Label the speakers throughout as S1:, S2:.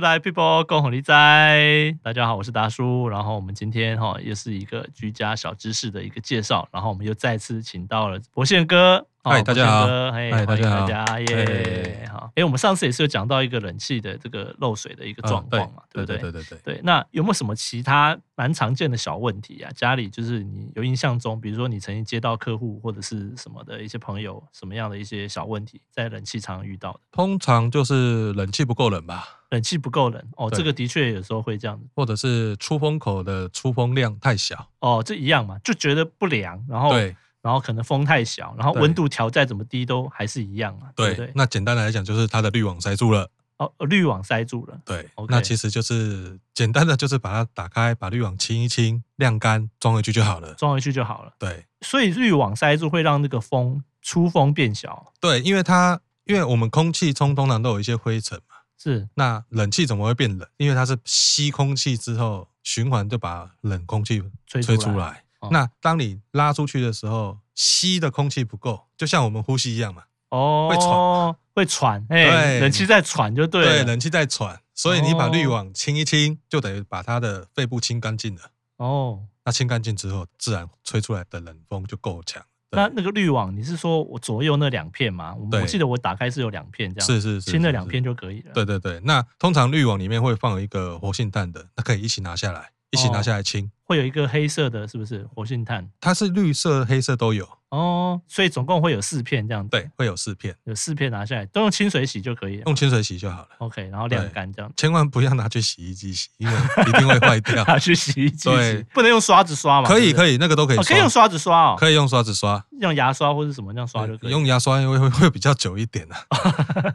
S1: 来 people 共同理哉。大家好，我是达叔。然后我们今天哈也是一个居家小知识的一个介绍。然后我们又再次请到了博宪哥。
S2: 嗨
S1: 哦
S2: 大家
S1: 博
S2: 好
S1: 宪哥嘿，
S2: 嗨
S1: 欢迎
S2: 大家
S1: 大
S2: 好
S1: 家耶。好，哎，我们上次也是有讲到一个冷气的这个漏水的一个状况嘛，
S2: 哎嗯对
S1: 不对？
S2: 对对对对。
S1: 对，那有没有什么其他蛮常见的小问题啊？家里就是你有印象中，比如说你曾经接到客户或者是什么的一些朋友什么样的一些小问题，在冷气常遇到的，
S2: 通常就是冷气不够冷吧，
S1: 冷气不够冷哦，
S2: 对
S1: 这个的确有时候会这样子
S2: 或者是出风口的出风量太小。
S1: 哦，这一样嘛，就觉得不凉，然后
S2: 对
S1: 然后可能风太小，然后
S2: 对
S1: 温度调再怎么低都还是一样嘛，对
S2: 对
S1: 不对？
S2: 那简单来讲就是它的滤网塞住了。
S1: 哦，滤网塞住了，
S2: 对
S1: OK
S2: 那其实就是简单的就是把它打开，把滤网清一清，晾干，装回去就好了。
S1: 装回去就好了。
S2: 对
S1: 所以滤网塞住会让那个风出风变小，
S2: 对，因为它因为我们空气中通常都有一些灰尘嘛，
S1: 是
S2: 那冷气怎么会变冷？因为它是吸空气之后循环就把冷空气
S1: 吹
S2: 吹
S1: 出
S2: 出
S1: 来
S2: 来。
S1: 哦
S2: 那当你拉出去的时候，吸的空气不够，就像我们呼吸一样嘛。
S1: 哦，
S2: 会喘，
S1: 会喘，哎，
S2: 对
S1: 冷气在喘就对了。
S2: 冷气在喘，所以你把滤
S1: 哦
S2: 网清一清，就等于把它的肺部清干净了。
S1: 哦，
S2: 那清干净之后，自然吹出来的冷风就够强。对
S1: 那那个滤网，你是说我左右那两片吗？我
S2: 对
S1: 我记得我打开是有两片这样，
S2: 是是是，
S1: 清了
S2: 是
S1: 两
S2: 是
S1: 片就可以了。
S2: 对对对，那通常滤网里面会放一个活性炭的，那可以一起拿下来，一起
S1: 哦
S2: 拿下来清。
S1: 会有一个黑色的，是不是活性炭？
S2: 它是绿色、黑色都有，
S1: 哦，所以总共会有四片这样子。
S2: 对，，会有四片，
S1: 有四片拿下来，都用清水洗就可以了。
S2: 用清水洗就好了，
S1: OK，然后晾
S2: 对
S1: 干这样，
S2: 千万不要拿去洗衣机洗，因为一定会坏 掉。
S1: 拿去洗衣机洗
S2: 对，
S1: 不能用刷子刷嘛？
S2: 可以
S1: 以，
S2: 可以，那个都可以
S1: 哦，可以用
S2: 刷，
S1: 刷子刷哦，
S2: 可以用刷子刷，
S1: 用牙刷或者什么这样刷就可以。
S2: 用牙刷因为会会比较久一点 啊。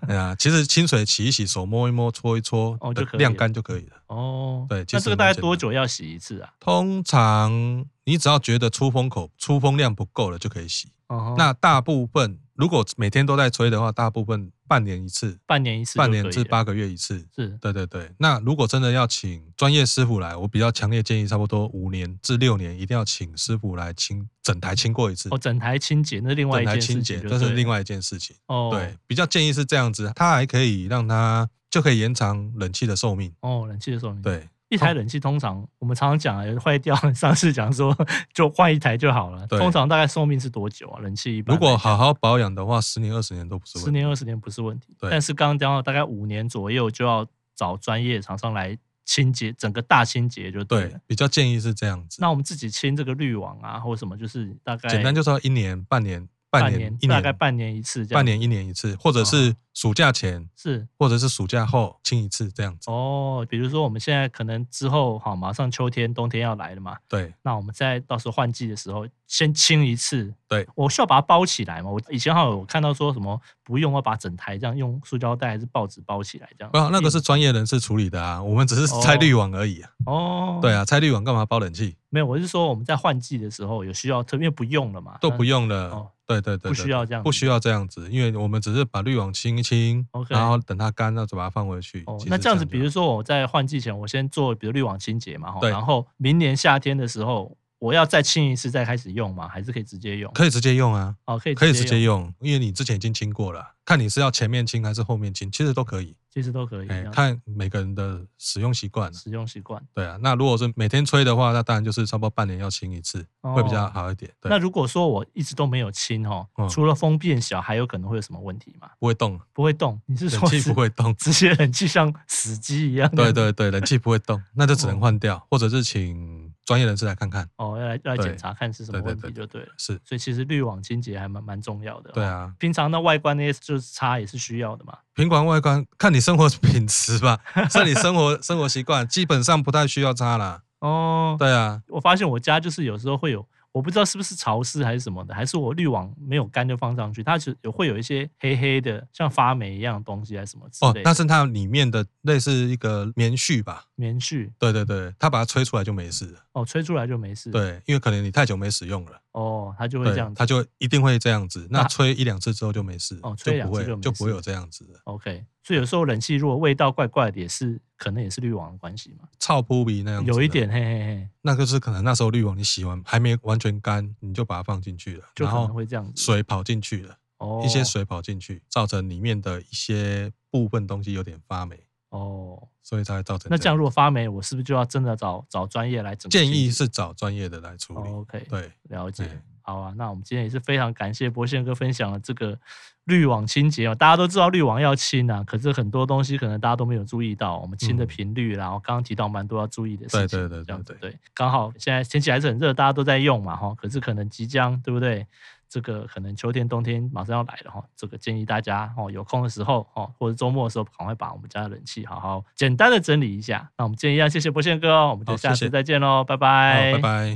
S2: 对啊，其实清水洗一洗，手摸一摸，搓一搓
S1: 哦就可以，了
S2: 晾干就可以了。
S1: 哦，
S2: 对其
S1: 那
S2: 实
S1: 这个大概
S2: 蛮简单
S1: 多久要洗一次啊？
S2: 通常你只要觉得出风口出风量不够了就可以洗。
S1: 哦
S2: 那大部分如果每天都在吹的话，大部分半年一次，
S1: 半年一次就可以
S2: 半
S1: 了，
S2: 年至八个月一次。
S1: 是
S2: 对对对，那如果真的要请专业师傅来，我比较强烈建议，差不多五年至六年一定要请师傅来清整台清过一次
S1: 哦，，整台清洁那是另外
S2: 整
S1: 一
S2: 台
S1: 件事
S2: 清洁
S1: 情就对
S2: 这
S1: 了，
S2: 是另外一件事情。
S1: 哦，
S2: 对，比较建议是这样子，它还可以让它就可以延长冷气的寿命。
S1: 哦，冷气的寿命。，
S2: 对
S1: 一台冷气通常我们常常讲啊，有坏掉，上次讲说就换一台就好了。
S2: 对
S1: 通常大概寿命是多久啊？冷气一般
S2: 如果
S1: 来讲
S2: 好好保养的话，十年二十年都不是
S1: 十
S2: 问题。
S1: 年二十年不是问题，
S2: 对
S1: 但是刚刚讲到大概五年左右就要找专业厂商来清洁整个大清洁就对了。
S2: 对，比较建议是这样子。
S1: 那我们自己清这个滤网啊，或者什么，就是大概
S2: 简单就是要一年、半年、半
S1: 半
S2: 年、一
S1: 大
S2: 年、
S1: 概半年一次这样。哦
S2: 半年一年一次，或者是暑假前，
S1: 是
S2: 或者是暑假后清一次这样子。
S1: 哦，比如说我们现在可能之后好，马上秋天、冬天要来了嘛，
S2: 对
S1: 那我们在到时候换季的时候，先清一次。
S2: 对，
S1: 我需要把它包起来嘛？我以前好像有看到说什么不用，要把整台这样用塑胶袋还是报纸包起来这样。嗯
S2: 啊，那个是专业人士处理的啊，我们只是拆滤网而已啊。
S1: 哦，
S2: 对
S1: 啊，
S2: 啊，拆滤网干嘛包冷气？
S1: 没有，我是说我们在换季的时候有需要，特别不用了嘛，
S2: 都不
S1: 用。
S2: 用了。
S1: 哦
S2: 对对对，
S1: 不
S2: 对
S1: 需要这样
S2: 不
S1: 子
S2: 需要这样子，因为我们只是把滤网清一清
S1: OK
S2: 然后等它干了，再把它放回去。
S1: 哦
S2: 其，实
S1: 那这样子，
S2: 就
S1: 比
S2: 好
S1: 如说我在换季前，我先做比如滤网清洁嘛，吼
S2: 对
S1: 然后明年夏天的时候，我要再清一次再开始用嘛，还是可以直接用？
S2: 可以直接用啊，
S1: 哦，可以
S2: 可以直接
S1: 用，
S2: 用，因为你之前已经清过了，看你是要前面清还是后面清，其实都可以。
S1: 其实都可以。这
S2: 哎、
S1: 样
S2: 看每个人的使用习惯啊。
S1: 使用习惯。
S2: 对啊，那如果是每天吹的话，那当然就是差不多半年要清一次，会比较
S1: 哦
S2: 好一点。对
S1: 那，如果说我一直都没有清哦，
S2: 嗯
S1: 除了风变小，还有可能会有什么问题吗？
S2: 不会动，
S1: 不会动？你是
S2: 冷
S1: 说
S2: 气
S1: 是。
S2: 不会动
S1: 直接冷气像死机一样？
S2: 对对对，冷气不会动，那就只能换掉，或者是请专业人士来看看。
S1: 哦，要来要来
S2: 对
S1: 检查看是什么
S2: 对对
S1: 问题
S2: 对
S1: 就对了。
S2: 是，
S1: 所以其实滤网清洁还蛮蛮重要的、哦
S2: 对，啊，
S1: 平常的外观那些就是擦也是需要的嘛。
S2: 平管外观看你生活品质吧，这里生活生活习惯基本上不太需要擦啦。
S1: 哦，
S2: 对啊，
S1: 我发现我家就是有时候会有，我不知道是不是潮湿还是什么的，还是我滤网没有干就放上去，它是有会有一些黑黑的，像发霉一样的东西还是什么之
S2: 哦
S1: 类，的。
S2: 那是它里面的类似一个棉絮吧？
S1: 棉絮
S2: 对对对，它把它吹出来就没事了。
S1: 哦，吹出来就没事。，
S2: 对，因为可能你太久没使用了。
S1: 哦，它就会
S2: 对，
S1: 这样子。
S2: 它就一定会这样子。那
S1: 那
S2: 吹一两次之后就没事，
S1: 哦吹
S2: 就
S1: 两
S2: 不
S1: 次
S2: 会
S1: 就没
S2: 就不会
S1: 事
S2: 有这样子的
S1: OK，所以有时候冷气如果味道怪怪的，也是可能也是滤网的关系嘛，
S2: 臭扑鼻那样子。
S1: 有一，点嘿嘿嘿，
S2: 那就是可能那时候滤网你洗完还没完全干，你就把它放进去了，
S1: 就
S2: 然
S1: 可能
S2: 后
S1: 会这样子。
S2: 水跑进去了，
S1: 哦
S2: 一些水跑进去，造成里面的一些部分东西有点发霉。
S1: 哦，
S2: 所以才会造成。
S1: 那这样如果发霉，我是不是就要真的找找专业来整个
S2: 建
S1: 清洁？
S2: 议是找专业的来处理。
S1: 哦 OK，
S2: 对，
S1: 了解
S2: 对。
S1: 好啊，那我们今天也是非常感谢博宪哥分享了这个滤网清洁哦。大家都知道滤网要清啊，可是很多东西可能大家都没有注意到，我们清的
S2: 嗯
S1: 频率啦，然后刚刚提到蛮多要注意的事
S2: 对
S1: 情，
S2: 对对
S1: 这样子
S2: 对
S1: 对。刚好现在天气还是很热，大家都在用嘛哈，可是可能即将对不对？这个可能秋天、冬天马上要来了哈，这个建议大家哦，有空的时候哦，或者周末的时候，赶快把我们家的冷气好好简单的整理一下。那我们今天一样，谢谢博宪哥哦，我们就
S2: 好
S1: 下
S2: 谢
S1: 次
S2: 谢
S1: 再见喽，拜
S2: 好，
S1: 拜，
S2: 拜拜。